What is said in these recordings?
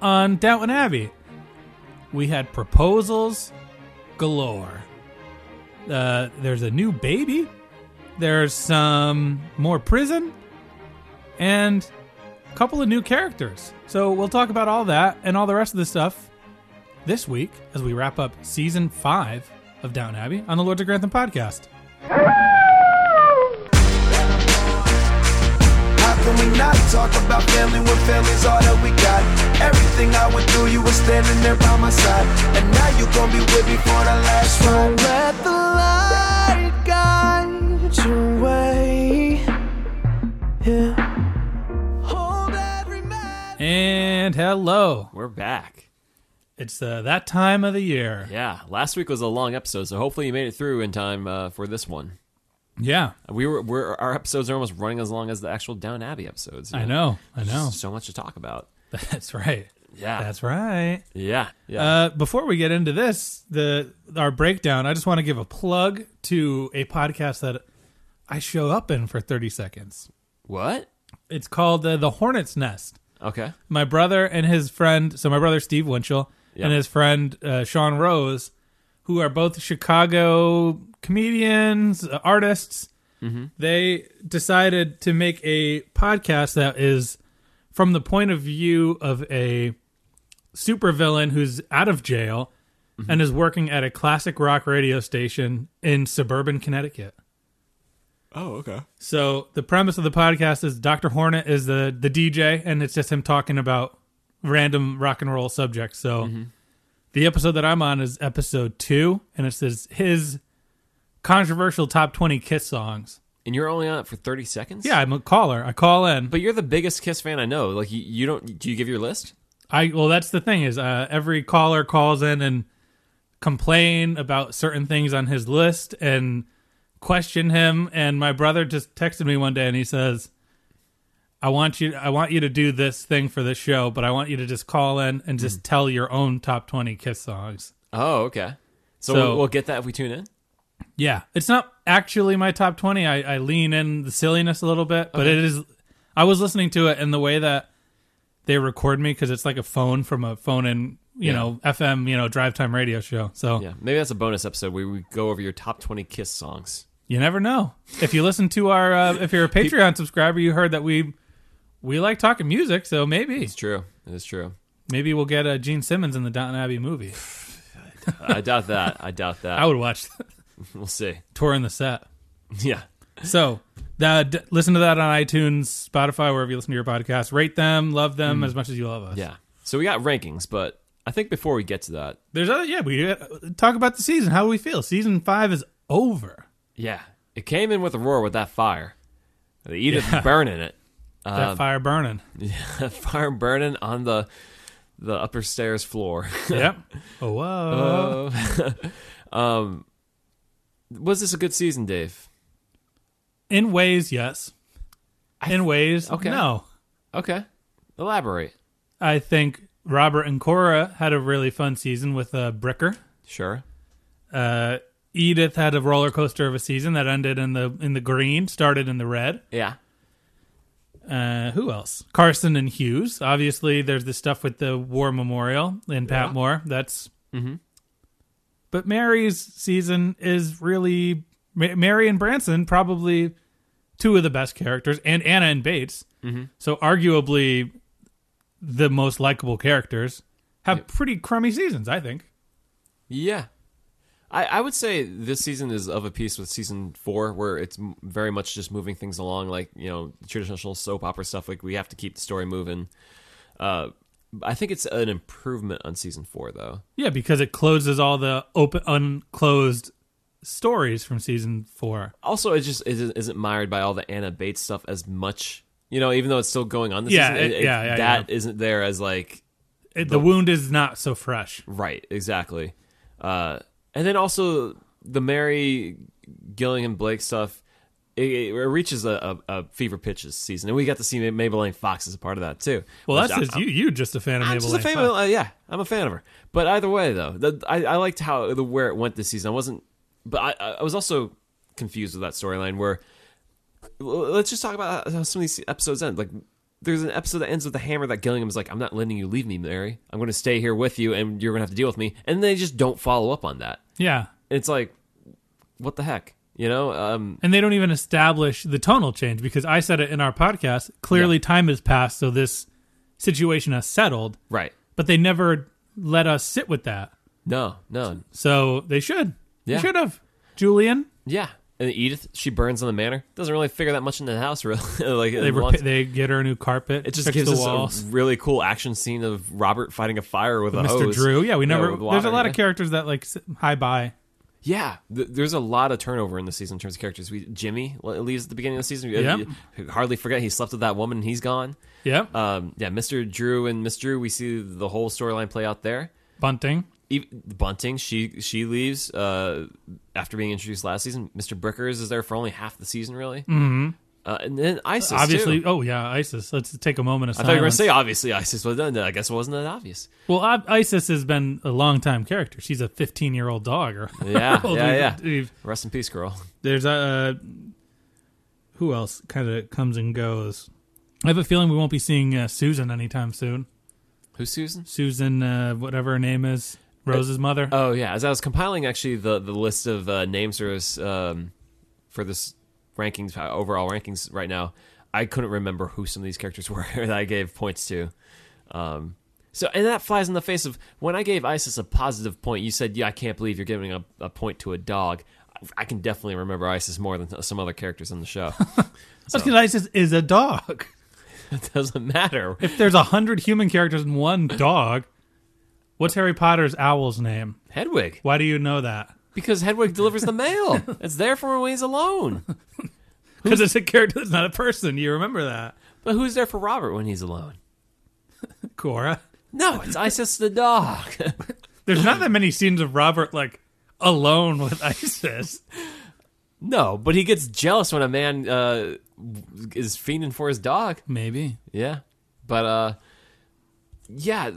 on Downton Abbey, we had proposals galore. Uh, there's a new baby. There's some more prison, and a couple of new characters. So we'll talk about all that and all the rest of the stuff this week as we wrap up season five of Down Abbey on the Lords of Grantham podcast. How can we not talk about family when family's all that we got? Everything I went through, you were standing there by my side. And now you gon' be with me for the last ride. Let the light guide your way. Yeah. Hold every man. And hello, We're back. it's uh, that time of the year. Yeah, last week was a long episode, so hopefully you made it through in time uh, for this one. Yeah, We were we're our episodes are almost running as long as the actual Down Abbey episodes. you I know, I know. So much to talk about. Oh. That's right. Yeah, That's right. yeah, yeah. Uh, before we get into this, the our breakdown, I just want to give a plug to a podcast that I show up in for 30 seconds. what? It's called uh, The Hornet's Nest. Okay. My brother and his friend, so my brother Steve Winchell Yeah. and his friend uh, Sean Rose, who are both Chicago comedians, uh, artists, they decided to make a podcast that is from the point of view of a supervillain who's out of jail and is working at a classic rock radio station in suburban Connecticut. Oh, okay. So the premise of the podcast is Dr. Hornet is the the DJ, and it's just him talking about random rock and roll subjects. So the episode that I'm on is episode two, and it's his, his controversial top twenty Kiss songs. And you're only on it for thirty seconds. Yeah, I'm a caller. I call in, but but you're the biggest Kiss fan I know. Like you, you don't. Do you give your list? I well, that's the thing is uh, every caller calls in and complain about certain things on his list and question him. And my brother just texted me one day and he says, "I want you, I want you to do this thing for this show, but I want you to just call in and just tell your own top twenty Kiss songs." Oh, okay. So, So- we'll, we'll get that if we tune in. Yeah, it's not actually my top twenty. I, I lean in the silliness a little bit, but Okay. it is. I was listening to it, and the way that they record me because it's like a phone from a phone in you Yeah. know FM you know drive time radio show. So Yeah, maybe that's a bonus episode where we go over your top twenty Kiss songs. you never know. If you listen to our uh, if you're a Patreon subscriber, you heard that we we like talking music, so maybe It's true. It is true. maybe we'll get a Gene Simmons in the Downton Abbey movie. I doubt that. I doubt that. I would watch We'll see. touring the set. Yeah. So that d- listen to that on iTunes, Spotify, wherever you listen to your podcast. Rate them, love them as much as you love us. Mm. Yeah. So we got rankings, but I think before we get to that, There's other yeah. We uh, talk about the season. How do we feel? Season five is over. yeah, it came in with a roar with that fire. The Edith Yeah. burning it. That fire burning. That fire burning on the the upper stairs floor. yep. Oh whoa. Was this a good season, Dave? In ways, yes. In ways, okay. No. Okay. Elaborate. I think Robert and Cora had a really fun season with uh, Bricker. Sure. Uh, Edith had a roller coaster of a season that ended in the in the green, started in the red. Yeah. Uh, who else? Carson and Hughes. Obviously, there's the stuff with the war memorial and Pat Moore. That's. But Mary's season is really Ma- Mary and Branson probably two of the best characters, and Anna and Bates. So arguably, the most likable characters have pretty crummy seasons. I think. Yeah. I, I would say this season is of a piece with season four, where it's m- very much just moving things along, like you know traditional soap opera stuff. Like we have to keep the story moving. Uh, I think it's an improvement on season four, though. Yeah, because it closes all the open unclosed stories from season four. Also, it just it isn't mired by all the Anna Bates stuff as much. You know, even though it's still going on this Yeah, season, it- yeah, yeah, that yeah. not there as like It, the wound is not so fresh. Right, exactly. Uh, and then also the Mary Gillingham Blake stuff. It, it reaches a, a, a fever pitch this season, and we got to see Ma- Mabel Lane Fox as a part of that too. Well, Which that's I- just you. You just a fan of I'm Mabel. just a Lane fan Fox. of- uh, yeah, I'm a fan of her. But either way, though, the, I, I liked how the where it went this season. I wasn't, but I, I was also confused with that storyline. Where l- let's just talk about how some of these episodes end. Like there's an episode that ends with the hammer that Gillingham's like, I'm not letting you leave me, Mary. I'm going to stay here with you, and you're going to have to deal with me. And they just don't follow up on that. Yeah. And it's like, what the heck? You know, um, And they don't even establish the tonal change because I said it in our podcast. Clearly, time has passed, so this situation has settled, right? but they never let us sit with that. No, no, So they should. Yeah. They should have. Julian, yeah. And Edith, she burns in the manor. Doesn't really figure that much into the house, really. like they it rep- wants- they get her a new carpet. it just fix gives the us walls. a really cool action scene of Robert fighting a fire with a Mr. hose. Drew. Yeah, we never. with there's water, a lot yeah. of characters that like high by. Yeah, th- there's a lot of turnover in the season in terms of characters. We Jimmy le- leaves at the beginning of the season. We- Yep. we Hardly forget he slept with that woman and he's gone. Yep. Um, yeah, Mr. Drew and Miss Drew, we see the whole storyline play out there. Bunting. Even, Bunting, she she leaves uh, after being introduced last season. Mr. Brickers is there for only half the season, really. Mm-hmm. Uh, and then ISIS, Obviously. too. Oh yeah, ISIS. Let's take a moment of I silence. thought you were going to say obviously ISIS, but then I guess it wasn't that obvious. Well, I- Isis has been a long time character. She's a 15 year old dog. Or Yeah, old yeah, we've- yeah. we've- Rest in peace, girl. There's a. Uh, who else kind of comes and goes? I have a feeling we won't be seeing uh, Susan anytime soon. Who's Susan? Susan, uh, whatever her name is, Rose's mother. Oh yeah, as I was compiling actually the the list of uh, names for this um, for this rankings uh, overall rankings right now, I couldn't remember who some of these characters were that I gave points to. Um, so and that flies in the face of when I gave ISIS a positive point, you said, "Yeah, I can't believe you're giving a, a point to a dog." I- I can definitely remember ISIS more than some other characters on the show. That's because Isis is a dog. it doesn't matter. If there's a hundred human characters and one dog, what's Harry Potter's owl's name? Hedwig, Why do you know that? because Hedwig delivers the mail. It's there for when he's alone. Because it's a character that's not a person. You remember that, But who's there for Robert when he's alone? Cora? No, it's ISIS the dog. There's not that many scenes of Robert like alone with Isis. No, but he gets jealous when a man uh, is fiending for his dog. Maybe. Yeah, but uh, yeah,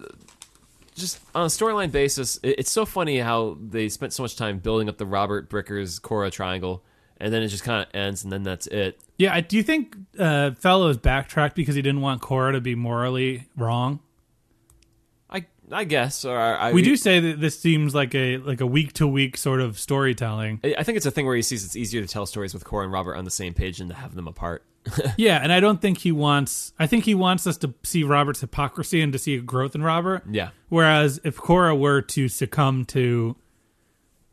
just on a storyline basis, it, it's so funny how they spent so much time building up the Robert Brickers Cora triangle, and then it just kind of ends, and then that's it. Yeah, I, do you think uh, Fellows backtracked because he didn't want Cora to be morally wrong? I I guess, or I, We do say that this seems like a like a week to week sort of storytelling. I I think it's a thing where he sees it's easier to tell stories with Cora and Robert on the same page than to have them apart. Yeah, and I don't think he wants. I think he wants us to see Robert's hypocrisy and to see a growth in Robert. Yeah. Whereas if Cora were to succumb to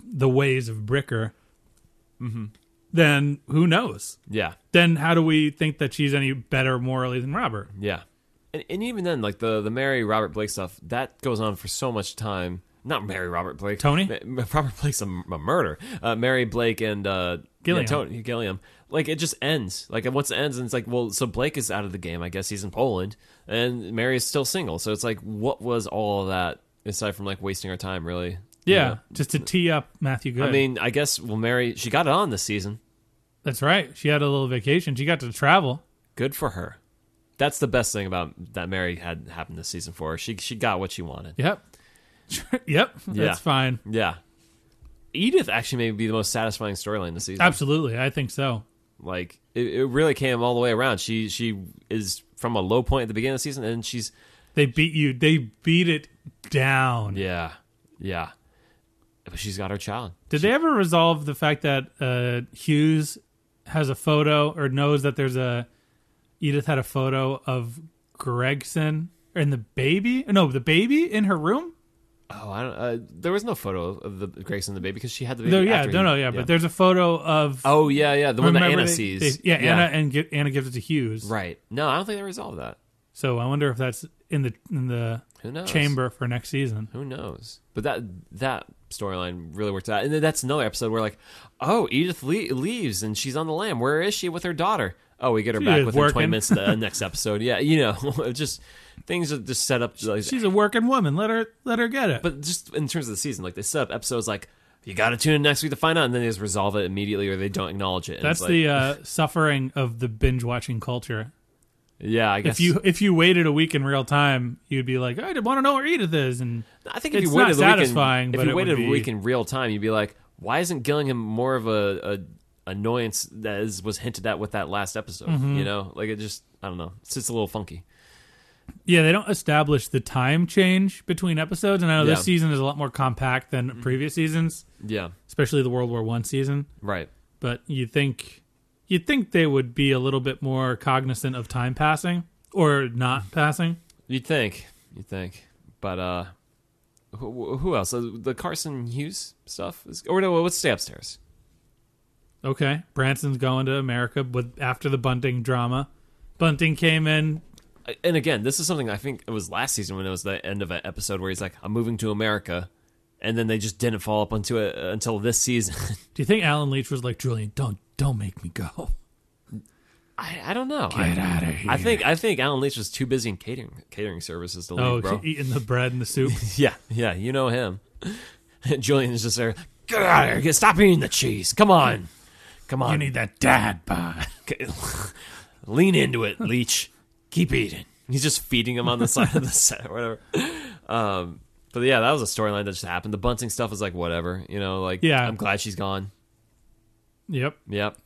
the ways of Bricker, then who knows? Yeah. Then how do we think that she's any better morally than Robert? Yeah, and, and even then, like the the Mary Robert Blake stuff that goes on for so much time. Not Mary Robert Blake, Tony? Ma- Ma- Robert Blake's a, m- a murder. Uh, Mary Blake and uh, Gilliam. yeah, Tony Gilliam. Like it just ends. Like and once it ends, and it's like, well, so Blake is out of the game. I guess he's in Poland, and Mary is still single. So it's like, what was all of that aside from like wasting our time, really? You Yeah, know? just to tee up Matthew Good. I mean, I guess well, Mary she got it on this season. that's right. She had a little vacation. She got to travel. Good for her. That's the best thing about that Mary had happened this season for her. She she got what she wanted. Yep. yep. Yeah. That's fine. Yeah. Edith actually may be the most satisfying storyline this season. Absolutely. I think so. Like it, it really came all the way around. She she is from a low point at the beginning of the season and she's They beat you. They beat it down. yeah. Yeah. But she's got her child. Did they ever resolve the fact that uh, Hughes has a photo or knows that there's a Edith had a photo of Gregson and the baby? No, the baby in her room. Oh, I don't uh, there was no photo of the Grace and the baby because she had the baby. No, yeah, after no, he- no, yeah, But there's a photo of Oh, yeah, yeah, the one that remember Anna they- sees. they- yeah, Anna and gi- Anna gives it to Hughes. Right. No, I don't think they resolved that. So I wonder if that's in the in the Who knows? chamber for next season. Who knows? But that that storyline really worked out. And then that's another episode where like, oh, Edith le- leaves and she's on the lam. Where is she with her daughter? Oh, we get her She back is within twenty working. minutes of the next episode. Yeah, you know, just things are just set up. Like, She's a working woman. Let her let her get it. but just in terms of the season, like they set up episodes like you got to tune in next week to find out, and then they just resolve it immediately or they don't acknowledge it. And that's it's like, the uh, suffering of the binge watching culture. yeah. I guess if you if you waited a week in real time, you'd be like, I want to know where Edith is, and I think if It's you waited not a week in- satisfying, if but you it waited would a week be- in real time, you'd be like, why isn't Gillingham more of a, annoyance that is, was hinted at with that last episode. Mm-hmm. You know, like it just I don't know. It's just a little funky. Yeah, they don't establish the time change between episodes, and I know Yeah. this season is a lot more compact than previous seasons, Yeah, especially the World War One season. right. But you think you think they would be a little bit more cognizant of time passing or not passing? You'd think, you'd think, but uh, who, who else? Uh, the Carson Hughes stuff, is, or no? Let's stay upstairs. Okay, Branson's going to America, with after the Bunting drama, Bunting came in. and again, this is something I think it was last season when it was the end of an episode where he's like, "I'm moving to America," and then they just didn't follow up onto it uh, until this season. Do you think Alan Leach was like Julian? Don't don't make me go. I, I don't know. Get I, out of here. I think I think Alan Leach was too busy in catering catering services to leave, Oh, bro. eating the bread and the soup. yeah, yeah, you know him. Julian's just there. Get out of here! Get- Stop eating the cheese. Come on, come on. that dad bod. lean into it, Leech. Keep eating. He's just feeding him on the side of the set or whatever. Um, but yeah, that was a storyline that just happened. The bunting stuff is like whatever, you know. Like, Yeah. I'm glad she's gone. Yep, Yep.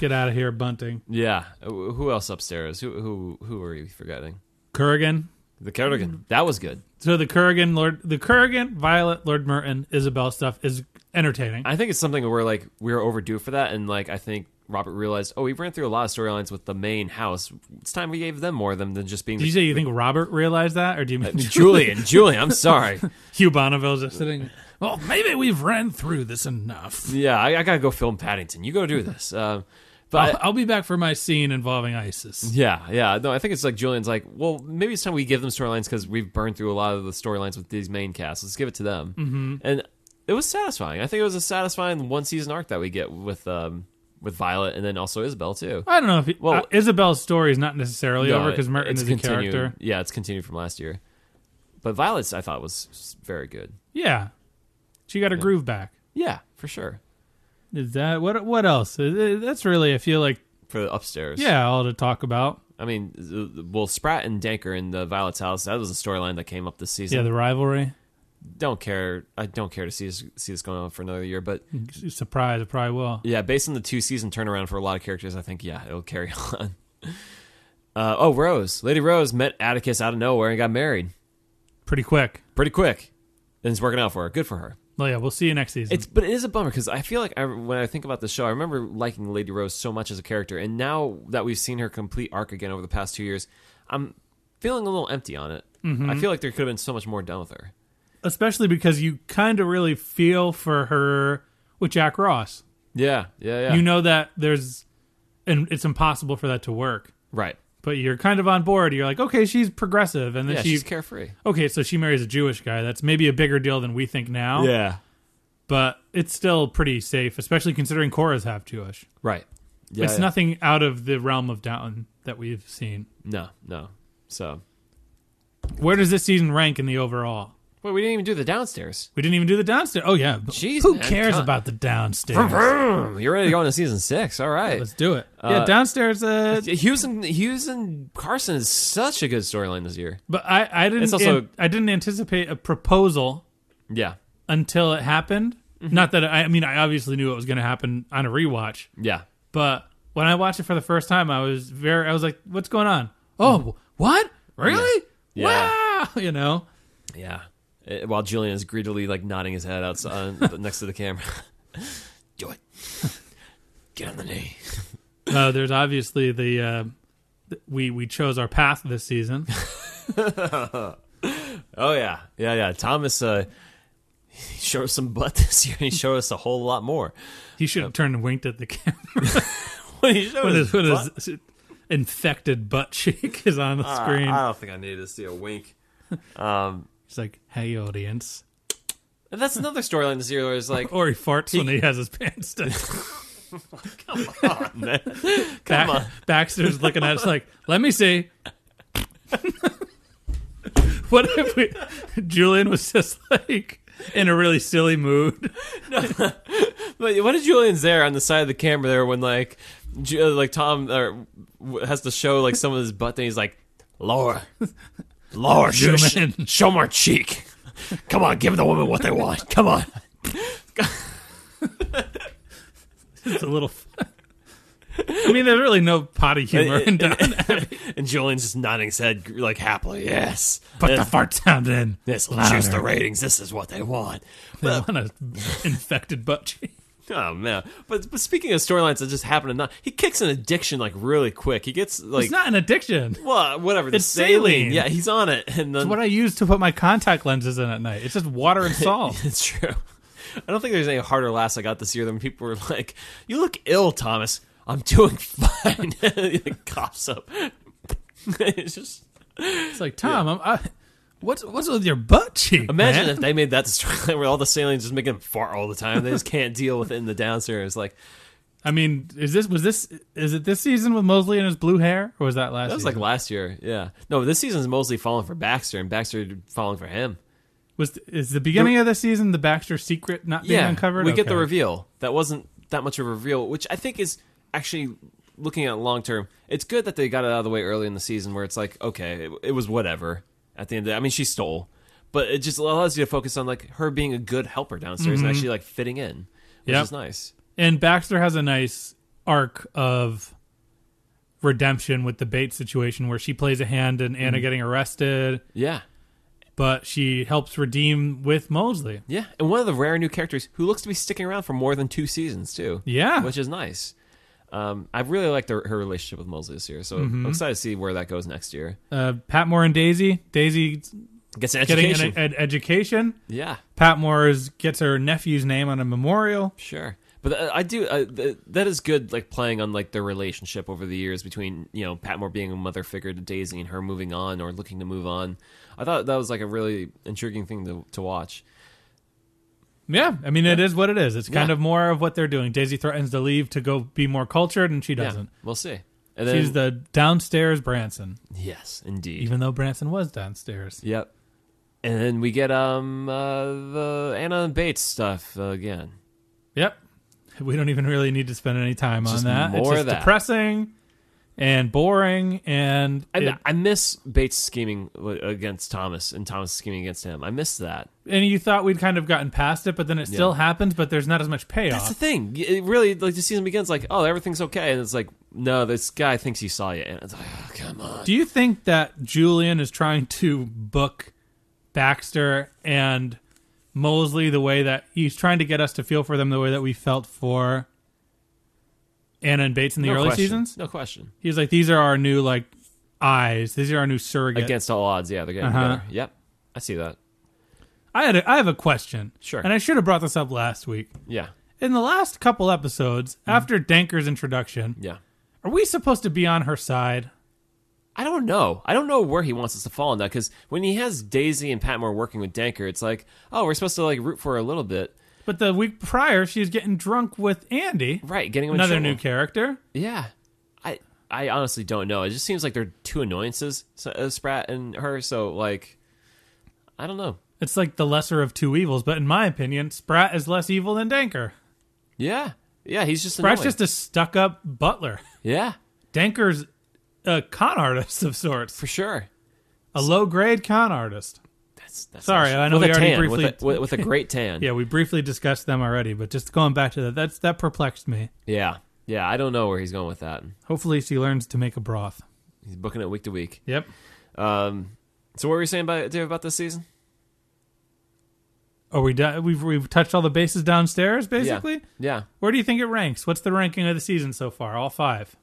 get out of here, Bunting. Yeah. Wh- Who else upstairs? Who who who are you forgetting? Kurgan, The Kerrigan. Mm. That was good. So the Kurgan, Lord, the Kurgan, Violet, Lord Merton, Isabel stuff is entertaining. I think it's something where like we were overdue for that, and like I think Robert realized, oh, we ran through a lot of storylines with the main house. It's time we gave them more of them than just being Did you say you think Robert realized that, or do you mean Uh, Julian. Julian, I'm sorry. Hugh Bonneville's just sitting? Well, maybe we've ran through this enough. Yeah, I, I gotta go film Paddington. You go do this. Um, but I'll, I'll be back for my scene involving ISIS. yeah, yeah. No, I think it's like Julian's like, well, maybe it's time we give them storylines because we've burned through a lot of the storylines with these main casts. Let's give it to them. Mm-hmm. And it was satisfying. I think it was a satisfying one season arc that we get with um with Violet and then also Isabel too. I don't know if he, Well- uh, Isabel's story is not necessarily No, over because it- Merton it's is a continued. character. Yeah, it's continued from last year. But Violet's I thought was s- very good. Yeah, she got her groove back. Yeah, for sure. Is that what? What else? Uh, That's really I feel like For the upstairs. yeah, all to talk about. I mean, uh, well, Sprat and Danker in the Violet's house. That was a storyline that came up this season. Yeah, the rivalry. don't care. I don't care to see this, see this going on for another year. But Mm-hmm. Surprise, I probably will. yeah, based on the two season turnaround for a lot of characters, I think yeah, it'll carry on. Uh, oh, Rose, Lady Rose met Atticus out of nowhere and got married Pretty quick. pretty quick, and it's working out for her. Good for her. Well, yeah, we'll see you next season. It's but it is a bummer because I feel like I, when I think about the show, I remember liking Lady Rose so much as a character, and now that we've seen her complete arc again over the past two years, I'm feeling a little empty on it. I feel like there could have been so much more done with her. especially because you kind of really feel for her with Jack Ross. Yeah, yeah, yeah. You know that there's, and it's impossible for that to work. right? But you're kind of on board. You're like, okay, she's progressive, and then Yeah, she, she's carefree. okay, so she marries a Jewish guy. That's maybe a bigger deal than we think now. Yeah, but it's still pretty safe, especially considering Cora's half Jewish. right. Yeah, it's yeah. nothing out of the realm of Downton that we've seen. No, no. So, Where does this season rank in the overall? wait, we didn't even do the downstairs. We didn't even do the downstairs. Oh yeah, Jeez, who man, cares come- about the downstairs? Mm, You're ready to go into season six. All right. Let's do it. yeah, downstairs. Uh, Hughes and Hughes and Carson is such a good storyline this year. But I, I didn't It's also- an- I didn't anticipate a proposal Yeah, until it happened. Mm-hmm. Not that I, I mean I obviously knew it was going to happen on a rewatch, yeah, but when I watched it for the first time, I was very I was like, "What's going on? Oh, what? Really? Yeah. Wow!" You know, yeah. Eh, while Julian is greedily like nodding his head outside next to the camera. do it. Get on the knee. uh, there's obviously the uh, th- we we chose our path this season. Oh yeah, yeah, yeah. Thomas uh, he showed us some butt this year. He showed us a whole lot more. He should have turned and winked at the camera What he showed with us his, with butt? his infected butt cheek is on the screen. I don't think I needed to see a wink. He's like, "Hey, audience." And that's another storyline this year where it's like, Or he farts when he has his pants down. come on. Baxter's looking at us like, let me see. what if we, Julian was just like in a really silly mood? But what if Julian's there on the side of the camera there when like, Ju- uh, like Tom or w- has to show like some of his butt and he's like, Laura, Laura, show, Zoom in. show more cheek. Come on, give the woman what they want. Come on. It's a little I mean, there's really no potty humor in Don Abbey. And Julian's just nodding his head like happily, yes. Put the This- fart sound in. this will Louder. juice the ratings. This is what they want. They want an infected butt cheek. Oh man! But, but speaking of storylines that just happen to not, he kicks an addiction like really quick. He gets like It's not an addiction. well, whatever. The It's saline. Yeah, he's on it, and then It's what I use to put my contact lenses in at night. It's just water and salt. It's true. I don't think there's any harder laughs I got this year than when people were like, "You look ill, Thomas." I'm doing fine. he like, coughs up. it's just It's like Tom, I'm, I, what's what's with your butt cheek? imagine man? if they made that the storyline where all the salines just making him fart all the time. They just can't deal with it in the downstairs. Like I mean, is this was this is it this season with Mosley and his blue hair, or was that last? that was like last year. Yeah. No, this season's mostly falling for Baxter, and Baxter falling for him. was is the beginning of this season the Baxter secret not being uncovered? We get the Okay. reveal. That wasn't that much of a reveal, which I think is actually looking at long term. It's good that they got it out of the way early in the season, where it's like, okay, it, it was whatever. At the end, of the, I mean, she stole, but it just allows you to focus on like her being a good helper downstairs and actually like fitting in, Mm-hmm. which Yep. is nice. And Baxter has a nice arc of redemption with the Bates situation, where she plays a hand in Mm-hmm. Anna getting arrested, Yeah, but she helps redeem with Mosley. yeah, and one of the rare new characters who looks to be sticking around for more than two seasons too. Yeah. which is nice. Um, I really liked her, her relationship with Mosley this year, so Mm-hmm. I'm excited to see where that goes next year. Uh, Patmore and Daisy. Daisy Gets an getting education. an e- ed- education. yeah, Patmore is, gets her nephew's name on a memorial. Sure, but uh, I do. Uh, th- that is good. Like playing on like their relationship over the years between you know Patmore being a mother figure to Daisy and her moving on or looking to move on. I thought that was like a really intriguing thing to to watch. Yeah, I mean it is what it is. It's kind Yeah. of more of what they're doing. Daisy threatens to leave to go be more cultured, and she doesn't. Yeah, we'll see. And then, She's the downstairs Branson, yes, indeed. even though Branson was downstairs. yep. And then we get um uh, the Anna and Bates stuff again. Yep, we don't even really need to spend any time Just on that. it's more just of that. depressing and boring, and I, it- I miss Bates scheming w- against Thomas and Thomas scheming against him. I miss that. and you thought we'd kind of gotten past it, but then it still happens. But there's not as much That's the payoff. thing. It really like the season begins like, oh, everything's okay, and it's like, no, this guy thinks he saw you, and it's like, oh, come on. Do you think that Julian is trying to book Baxter and Mosley the way that he's trying to get us to feel for them the way that we felt for Anna and Bates in the no early question. seasons? no question. He's like, these are our new like eyes. These are our new surrogate. Against all odds, yeah, they're getting Uh-huh. better. Yep, I see that. I had a, I have a question. Sure. And I should have brought this up last week. Yeah, In the last couple episodes, Mm-hmm. after Danker's introduction, yeah. are we supposed to be on her side? I don't know. I don't know where he wants us to fall on that because when he has Daisy and Patmore working with Danker, it's like, oh, we're supposed to like root for her a little bit, But the week prior, she was getting drunk with Andy, right? Getting him in another trouble. new character. Yeah, I I honestly don't know. It just seems like they're two annoyances, so- uh, Sprat and her. So like, I don't know. It's like the lesser of two evils, but in my opinion, Sprat is less evil than Danker. Yeah, yeah. He's just Sprat's annoying. just a stuck up butler. Yeah, Danker's a con artist of sorts, for sure. a low grade con artist. That's, that's Sorry, I know with we a already tan, briefly- with a, with, with a great tan. Yeah, we briefly discussed them already, but just going back to that, that's, that perplexed me. yeah, yeah. I don't know where he's going with that. Hopefully, she learns to make a broth. He's booking it week to week. Yep. Um, so what were you saying about Dave about this season? Are we done? We've we've touched all the bases downstairs, basically. Yeah, Where do you think it ranks? What's the ranking of the season so far? All five.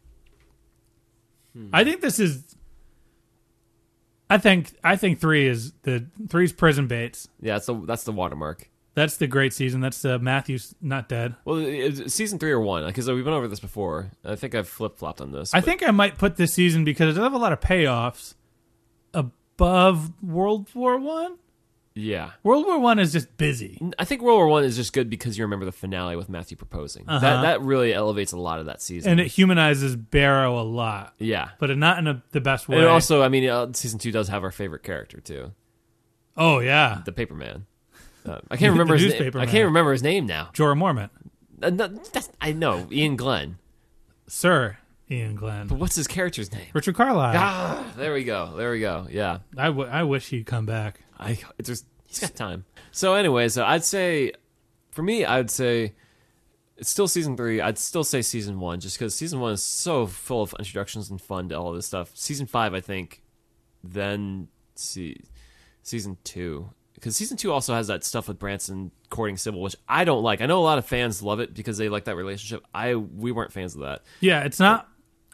I think this is. I think I think three is the three's prison baits. yeah. That's the that's the watermark. That's the great season. That's uh, Matthew's not dead. Well, it- it's season three or one, because we've been over this before. I think I've flip flopped on this. I but- think I might put this season because it does have a lot of payoffs above World War One. yeah. World War One is just busy. I think World War One is just good because you remember the finale with Matthew proposing. That that really elevates a lot of that season. Uh-huh. and it humanizes Barrow a lot, yeah, but it- not in a, the best way. and also I mean, uh, season two does have our favorite character too, oh yeah, the paper man. Uh, I can't remember his name. newspaper I can't man. remember his name now. Jorah Mormont, Uh, no, that's, I know Ian Glenn, Sir Ian but Glenn, what's his character's name? Richard Carlisle. Ah, there we go. There we go. Yeah, I, w- I wish he'd come back. I it's just he's got time. So anyway, so I'd say for me, I'd say it's still season three. I'd still say season one, just because season one is so full of introductions and fun to all this stuff. Season five, I think, then see season two, because season two also has that stuff with Branson courting Sybil, which I don't like. I know a lot of fans love it because they like that relationship. I we weren't fans of that. Yeah, it's not.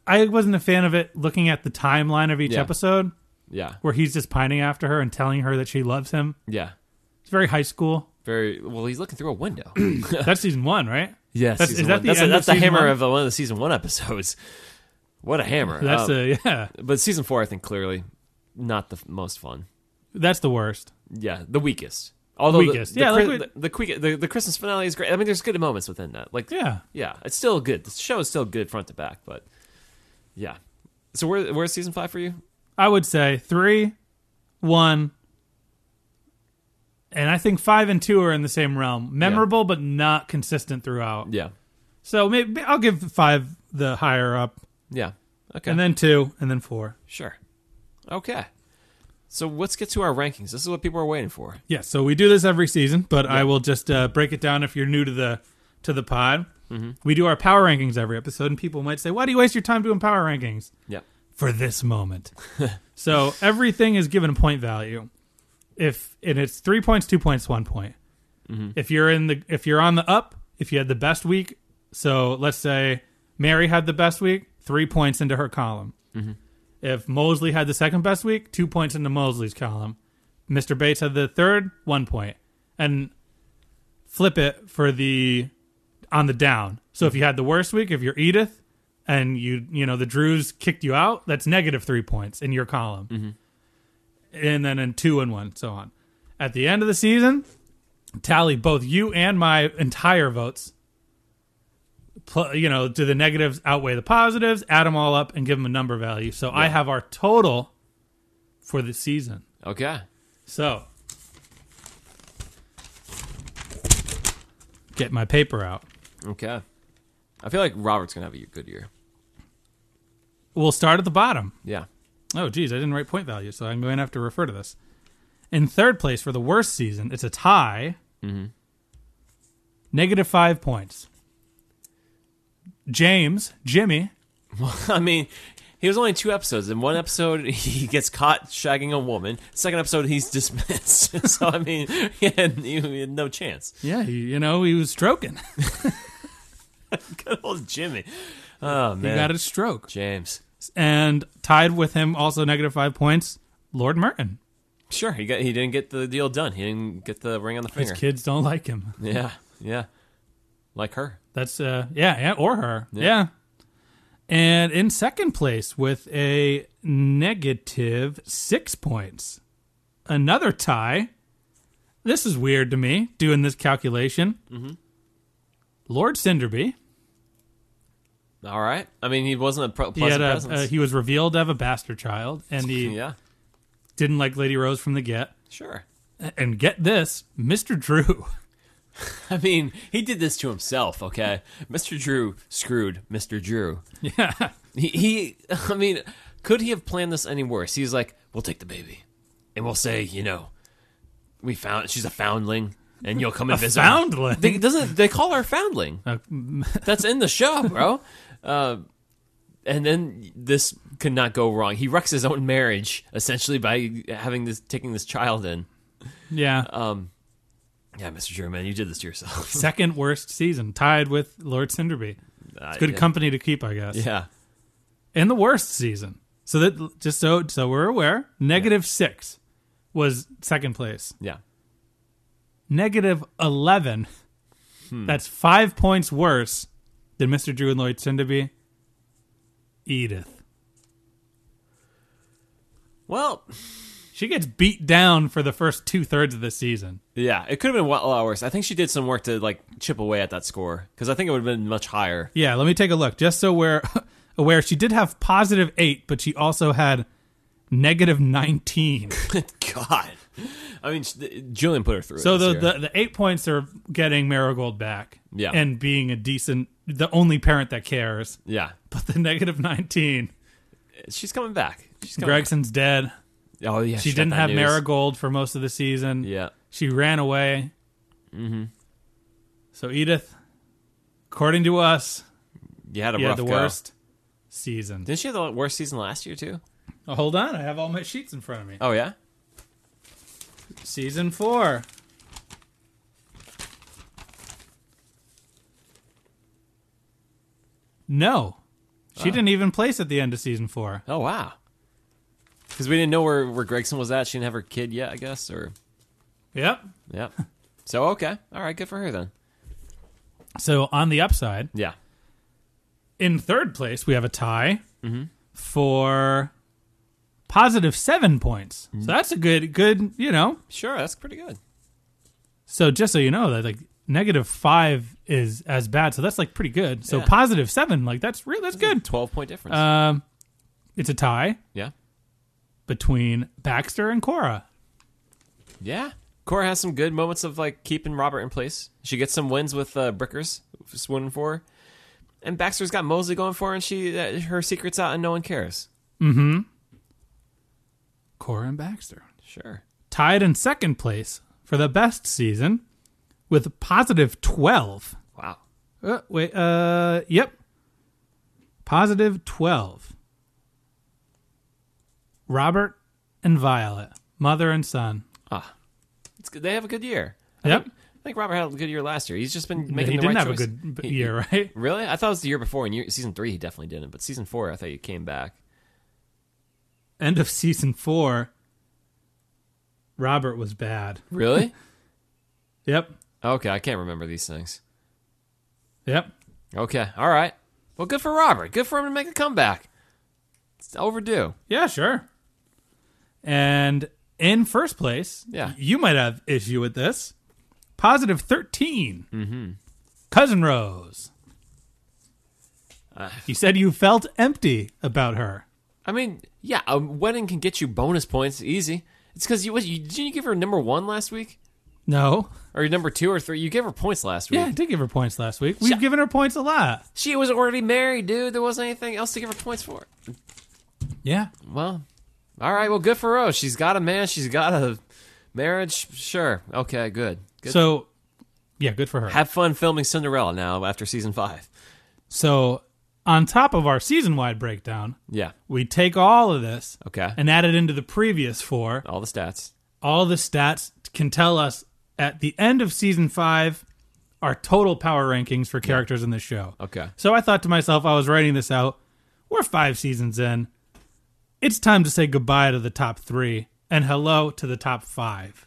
I wasn't a fan of it looking at the timeline of each Yeah. episode Yeah, where he's just pining after her and telling her that she loves him. yeah, It's very high school. very well. He's looking through a window. That's season one, right? yes, That's- season is that one. the that's, end of that's the season hammer one? of uh, one of the season one episodes. What a hammer! That's Um, the yeah. but season four, I think, clearly not the f- most fun. That's the worst. Yeah, the weakest. Although Weakest. the, Yeah, the, like Chri- we- the, the, quick- the the Christmas finale is great. I mean, there's good moments within that. Like, Yeah. yeah, it's still good. The show is still good front to back, but yeah. So where where's season five for you? I would say three, one, and I think five and two are in the same realm. Memorable, but not consistent throughout. Yeah, So maybe I'll give five the higher up, yeah. Okay, and then two, and then four. sure. Okay. So let's get to our rankings. This is what people are waiting for. Yeah, so we do this every season, but I will just uh, break it down if you're new to the to the pod. We do our power rankings every episode, and people might say, "Why do you waste your time doing power rankings?" Yep. For this moment, so everything is given a point value. If and it's three points, two points, one point. If you're in the if you're on the up, if you had the best week, so let's say Mary had the best week, three points into her column. If Mosley had the second best week, two points into Mosley's column. Mr. Bates had the third, one point. And flip it for the on the down. So if you had the worst week, if you're Edith and you you know the Drews kicked you out, that's negative three points in your column. And then in two and one, so on. At the end of the season, tally both you and my entire votes. Pl- you know, do the negatives outweigh the positives? Add them all up and give them a number value. So I have our total for the season. Okay. So, get my paper out. Okay. I feel like Robert's gonna have a good year. We'll start at the bottom. Yeah. Oh, geez, I didn't write point value, so I'm going to have to refer to this. In third place for the worst season, it's a tie. Negative five points. James, Jimmy, I mean, he was only in two episodes. In one episode, he gets caught shagging a woman. Second episode, he's dismissed. so I mean, he had, he had no chance. yeah, he, you know he was stroking. Good old Jimmy. Oh man, he got a stroke, James. and tied with him, also negative five points. Lord Merton, Sure, he got. He didn't get the deal done. He didn't get the ring on the his finger. kids don't like him. Yeah, yeah, like her. That's uh yeah, yeah or her. Yeah. Yeah. And in second place with a negative 6 points. Another tie. This is weird to me doing this calculation. Mhm. Mm-hmm. Lord Cinderby, All right. I mean, he wasn't a pro- he had pleasant a, uh, presence. he was revealed to have a bastard child, and he yeah, didn't like Lady Rose from the get. sure. And get this, Mr. Drew. I mean, he did this to himself. Okay, Mr. Drew screwed Mr. Drew. yeah, He, he I mean, could he have planned this any worse? He's like, we'll take the baby, and we'll say, you know, we found she's a foundling, and you'll come and visit. her." foundling? Uh, They, doesn't they call her foundling? That's in the show, bro. Uh, and then this could not go wrong. He wrecks his own marriage essentially by having this taking this child in. yeah. Uh, Yeah, Mr. Drew, man, you did this to yourself. Second worst season, tied with Lord Cinderby. It's good yeah. company to keep, I guess. yeah, and the worst season. So that just so so we're aware, negative six was second place. yeah, Negative eleven. That's five points worse than Mr. Drew and Lloyd Cinderby. Edith. well. She gets beat down for the first two thirds of the season. Yeah, it could have been a lot worse. I think she did some work to like chip away at that score because I think it would have been much higher. Yeah, let me take a look. Just so we're aware, she did have positive eight, but she also had negative nineteen. God, I mean, sh- Julian put her through. it So this the, year. the the eight points are getting Marigold back, Yeah. and being a decent, the only parent that cares. yeah, But the negative nineteen, she's coming back. She's coming Gregson's dead. Back. Oh yeah, She got didn't that have news. Marigold for most of the season. Yeah, she ran away. Mm-hmm. So Edith, according to us, You had a you had rough the go. worst season. Didn't you have the worst season last year too? Oh, hold on, I have all my sheets in front of me. Oh yeah. Season four. No, she didn't even place at the end of season four. Oh wow. Because we didn't know where where Gregson was at. She didn't have her kid yet, I guess. Or Yep. yeah. so okay, all right, good for her then. So on the upside, Yeah. in third place we have a tie for positive seven points. So that's a good, good, you know. Sure, that's pretty good. So just so you know that like negative five is as bad. So that's like pretty good. So Yeah. positive seven, like that's real. That's good. Twelve point difference. Um, it's a tie yeah. between Baxter and Cora. Yeah. Cora has some good moments of like keeping Robert in place. She gets some wins with uh, Brickers, just one and four, and Baxter's got Mosley going for her, and she uh, her secret's out, and no one cares. Cora and Baxter Sure. tied in second place for the best season with positive twelve. Wow. Uh, wait, uh, yep. Positive 12. Robert and Violet, mother and son. Ah. It's good. They have a good year. Yep. I think Robert had a good year last year. He's just been He making didn't the have right choice. a good b- He- year, right? Really? I thought it was the year before. In year, season three, he definitely didn't. But season four, I thought he came back. End of season four, Robert was bad. Really? Yep. okay, I can't remember these things. Yep. Okay, all right. Well, good for Robert. Good for him to make a comeback. It's overdue. Yeah, sure. And in first place, Yeah. you might have issue with this. Positive 13. Mm-hmm. Cousin Rose. Uh. you said you felt empty about her. I mean, yeah, a wedding can get you bonus points easy. It's because you, what, you didn't you give her number one last week No. or number two or three. You gave her points last week. Yeah, I did give her points last week. We've given her points a lot. She was already married, dude. There wasn't anything else to give her points for. Yeah. Well, all right. Well, good for Rose. She's got a man. She's got a marriage. Sure. Okay. Good. Good. So, yeah, good for her. Have fun filming Cinderella now after season five. so, on top of our season wide breakdown, Yeah. we take all of this Okay. and add it into the previous four all the stats. all the stats can tell us at the end of season five our total power rankings for characters in the show. Okay. So I thought to myself, I was writing this out. We're five seasons in. It's time to say goodbye to the top three and hello to the top five.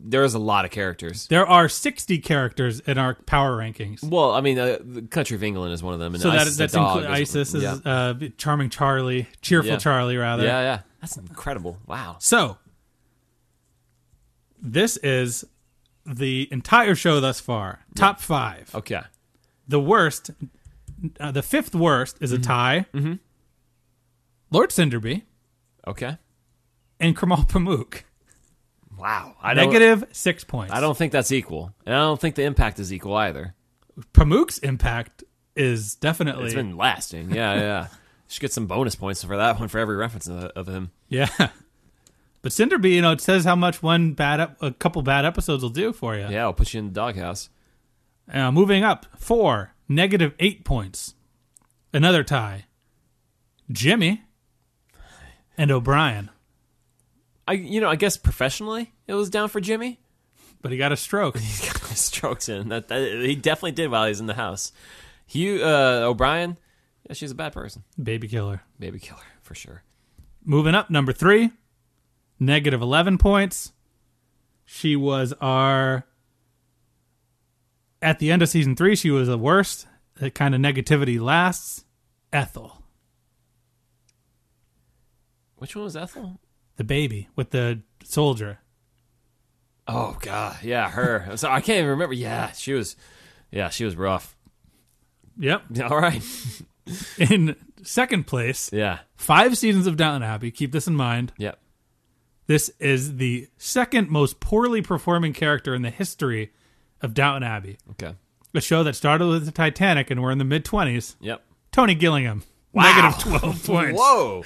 There is a lot of characters. There are 60 characters in our power rankings. Well, I mean, uh, the country of England is one of them. And So that, ISIS the that's dog include ISIS, is, yeah. uh, Charming Charlie, Cheerful Yeah. Charlie, rather. yeah, yeah. That's incredible. Wow. So, this is the entire show thus far. Top five. Okay. The worst, uh, the fifth worst is a tie. Mm-hmm. Lord Cinderby Okay. and Kramal Pamuk. Wow. I don't, Negative six points. I don't think that's equal, and I don't think the impact is equal either. Pamuk's impact is definitely It's been lasting. Yeah, yeah. Should get some bonus points for that one for every reference of, of him. yeah. But Cinderby, you know, it says how much one bad ep- a couple bad episodes will do for you. Yeah, I'll put you in the doghouse. Uh, moving up, four negative eight points. Another tie. Jimmy and O'Brien, I, you know, I guess professionally it was down for Jimmy. but he got a stroke. He's got his strokes in. That, that he definitely did while he was in the house. Hugh uh, O'Brien, yeah, she's a bad person, Baby killer. baby killer for sure. Moving up, number three, negative 11 points. She was our. At the end of season three, she was the worst. That kind of negativity lasts. Ethel, Which one was Ethel? the baby with the soldier. Oh God, yeah, her. So I can't even remember. Yeah, she was. Yeah, she was rough. Yep. Yeah, All right. In second place, Yeah. five seasons of Downton Abbey. Keep this in mind. Yep. This is the second most poorly performing character in the history of Downton Abbey, Okay. a show that started with the Titanic and we're in the mid 20s. Yep. Tony Gillingham, negative 12 points. Whoa.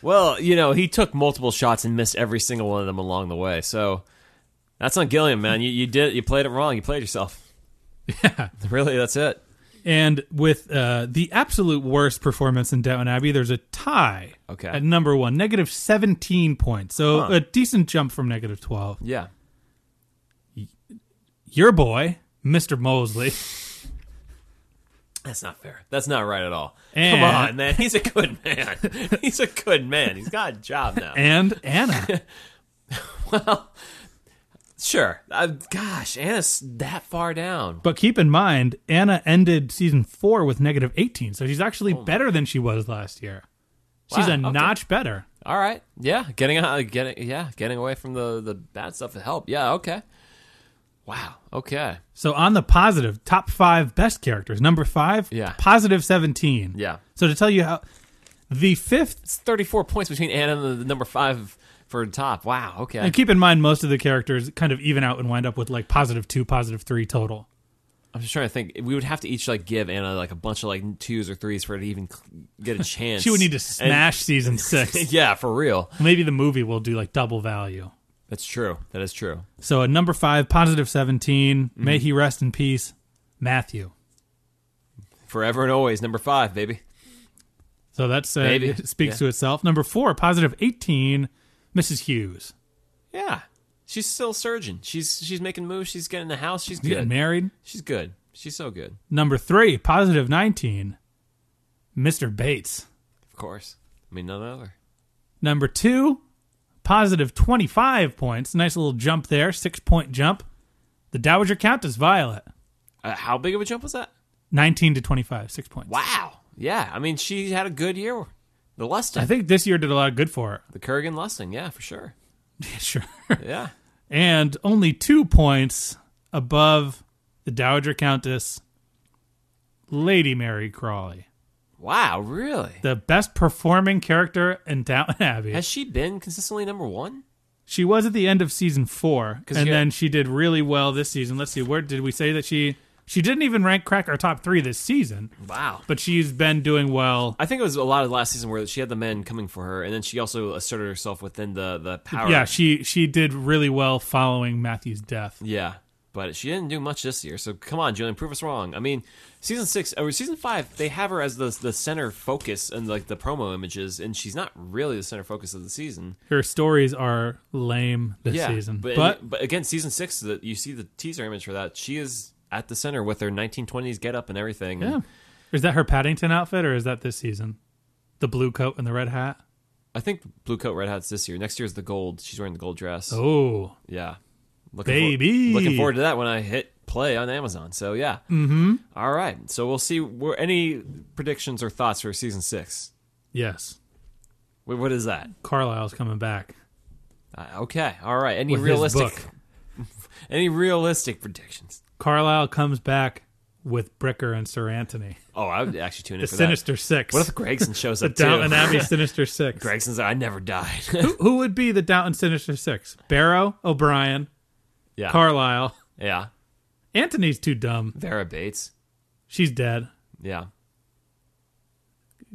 Well, you know, he took multiple shots and missed every single one of them along the way. So that's on Gilliam, man. You you did you played it wrong. You played yourself. Yeah. Really, that's it. And with uh, the absolute worst performance in Downton Abbey, there's a tie Okay. at number one, negative 17 points. So a decent jump from negative 12. Yeah. Your boy, Mr. Mosley. That's not fair. That's not right at all. And- Come on, man. He's a good man. He's a good man. He's got a job now. and Anna. sure. Uh, gosh, Anna's that far down. But keep in mind, Anna ended season four with negative 18, so she's actually better than she was last year. She's Wow, a okay. notch better. All right. Yeah, getting out, getting yeah, getting away from the the bad stuff would help. Yeah. Okay. Wow. Okay. So on the positive, top five best characters. Number five, Yeah. positive 17. Yeah. So to tell you how, the fifth, It's thirty four points between Anna and the, the number five for top. Wow. Okay. and keep in mind, most of the characters kind of even out and wind up with like positive two, positive three total. I'm just trying to think. We would have to each like give Anna like a bunch of like twos or threes for her to even cl- get a chance. She would need to And- smash season six. yeah, for real. Maybe the movie will do like double value. That's true. That is true. So at number five, positive 17, may Mm-hmm. he rest in peace, Matthew. Forever and always, number five, baby. So that's uh, Maybe. it speaks Yeah. to itself. Number four, positive eighteen, Mrs. Hughes Yeah, she's still a surgeon. She's she's making moves. She's getting the house. She's getting good. married. She's good. She's so good. Number three, positive nineteen, Mr. Bates. Of course. I mean, none other. Number two, positive twenty-five points. Nice little jump there, six-point jump. The Dowager Countess Violet, Uh, how big of a jump was that? nineteen to twenty-five, six points. Wow. Yeah. I mean, she had a good year. The Lusting, I think this year did a lot of good for her. the Kurgan Lusting. Yeah, for sure. sure. Yeah. and only two points above the Dowager Countess, Lady Mary Crawley. Wow. Really? the best performing character in Downton Abbey. Has she been consistently number one? She was at the end of season four, 'Cause and you- then she did really well this season. Let's see, where did we say that she? She didn't even rank crack our top three this season, Wow. but she's been doing well. I think it was a lot of last season where she had the men coming for her, and then she also asserted herself within the the power. Yeah, she she did really well following Matthew's death. Yeah, but she didn't do much this year. So come on, Julian, prove us wrong. I mean, season six or season five, they have her as the the center focus and like the promo images, and she's not really the center focus of the season. Her stories are lame this yeah, season, but but, but, again, season six, that you see the teaser image for that. She is at the center with her 1920s getup and everything. yeah, is that her Paddington outfit or is that this season? The blue coat and the red hat. I think blue coat, red hats this year. Next year's the gold. She's wearing the gold dress. Oh, Yeah. Looking Baby. For, looking forward to that when I hit play on Amazon. So yeah. Mm-hmm. All right. So we'll see. Were any predictions or thoughts for season six? yes, Wait, what is that? Carlisle's coming back. Uh, okay. All right. Any With his realistic? book. Any realistic predictions? Carlisle comes back with Bricker and Sir Anthony. Oh, I would actually tune in The for Sinister Six. that. What if Gregson shows the up too? Downton Abbey Sinister Six? Gregson's like, I never died. Who, who would be the Downton Sinister Six? Barrow, O'Brien, yeah. Carlisle. yeah. Anthony's too dumb. Vera Bates. She's dead. Yeah.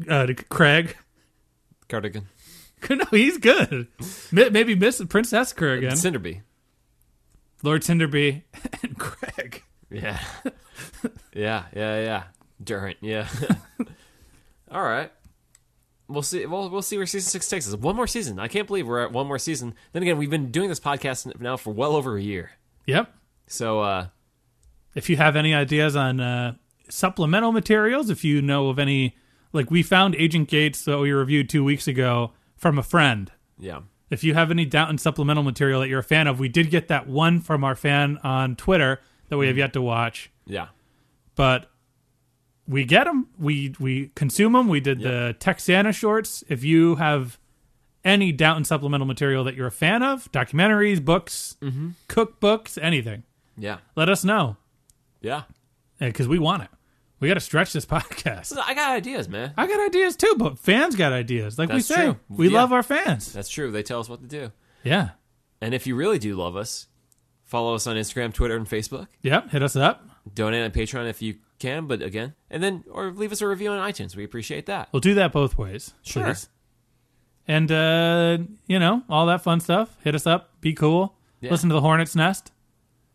Uh, Craig. Cardigan. No, he's good. M- Maybe Miss Princess Kerrigan, Cinderby. Lord Cinderby, and Craig. Yeah. yeah, yeah, yeah. Durant, yeah. All right. We'll see. We'll, we'll see where season six takes us. One more season. I can't believe we're at one more season. Then again, we've been doing this podcast now for well over a year. Yep. So uh, If you have any ideas on uh, supplemental materials, if you know of any, like we found Agent Gates that we reviewed two weeks ago from a friend. yeah, If you have any Downton supplemental material that you're a fan of, we did get that one from our fan on Twitter that Mm-hmm. we have yet to watch, yeah, but we get them. We we consume them. We did the Texana shorts. If you have any Downton supplemental material that you're a fan of, documentaries, books, Mm-hmm. cookbooks, anything, yeah, let us know yeah. because we want it. We got to stretch this podcast. So I got ideas, man. I got ideas too, but fans got ideas. Like That's we say, true. we Yeah. love our fans. That's true. They tell us what to do. Yeah. And if you really do love us, follow us on Instagram, Twitter, and Facebook. Yep. Hit us up. Donate on Patreon if you can, but again, and then or leave us a review on iTunes. We appreciate that. We'll do that both ways. Sure. Please. And uh, you know, all that fun stuff. Hit us up, be cool. Yeah. Listen to the Hornet's Nest.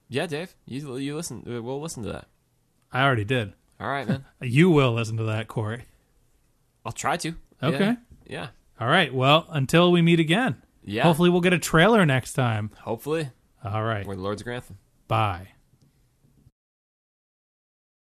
Yeah, Dave, you you uh, listen. We'll listen to that. I already did. All right, man. You will listen to that, Corey. I'll try to. Okay. Yeah. All right. Well, until we meet again. Yeah. Hopefully, we'll get a trailer next time. Hopefully. All right. We're the Lords of Grantham. Bye.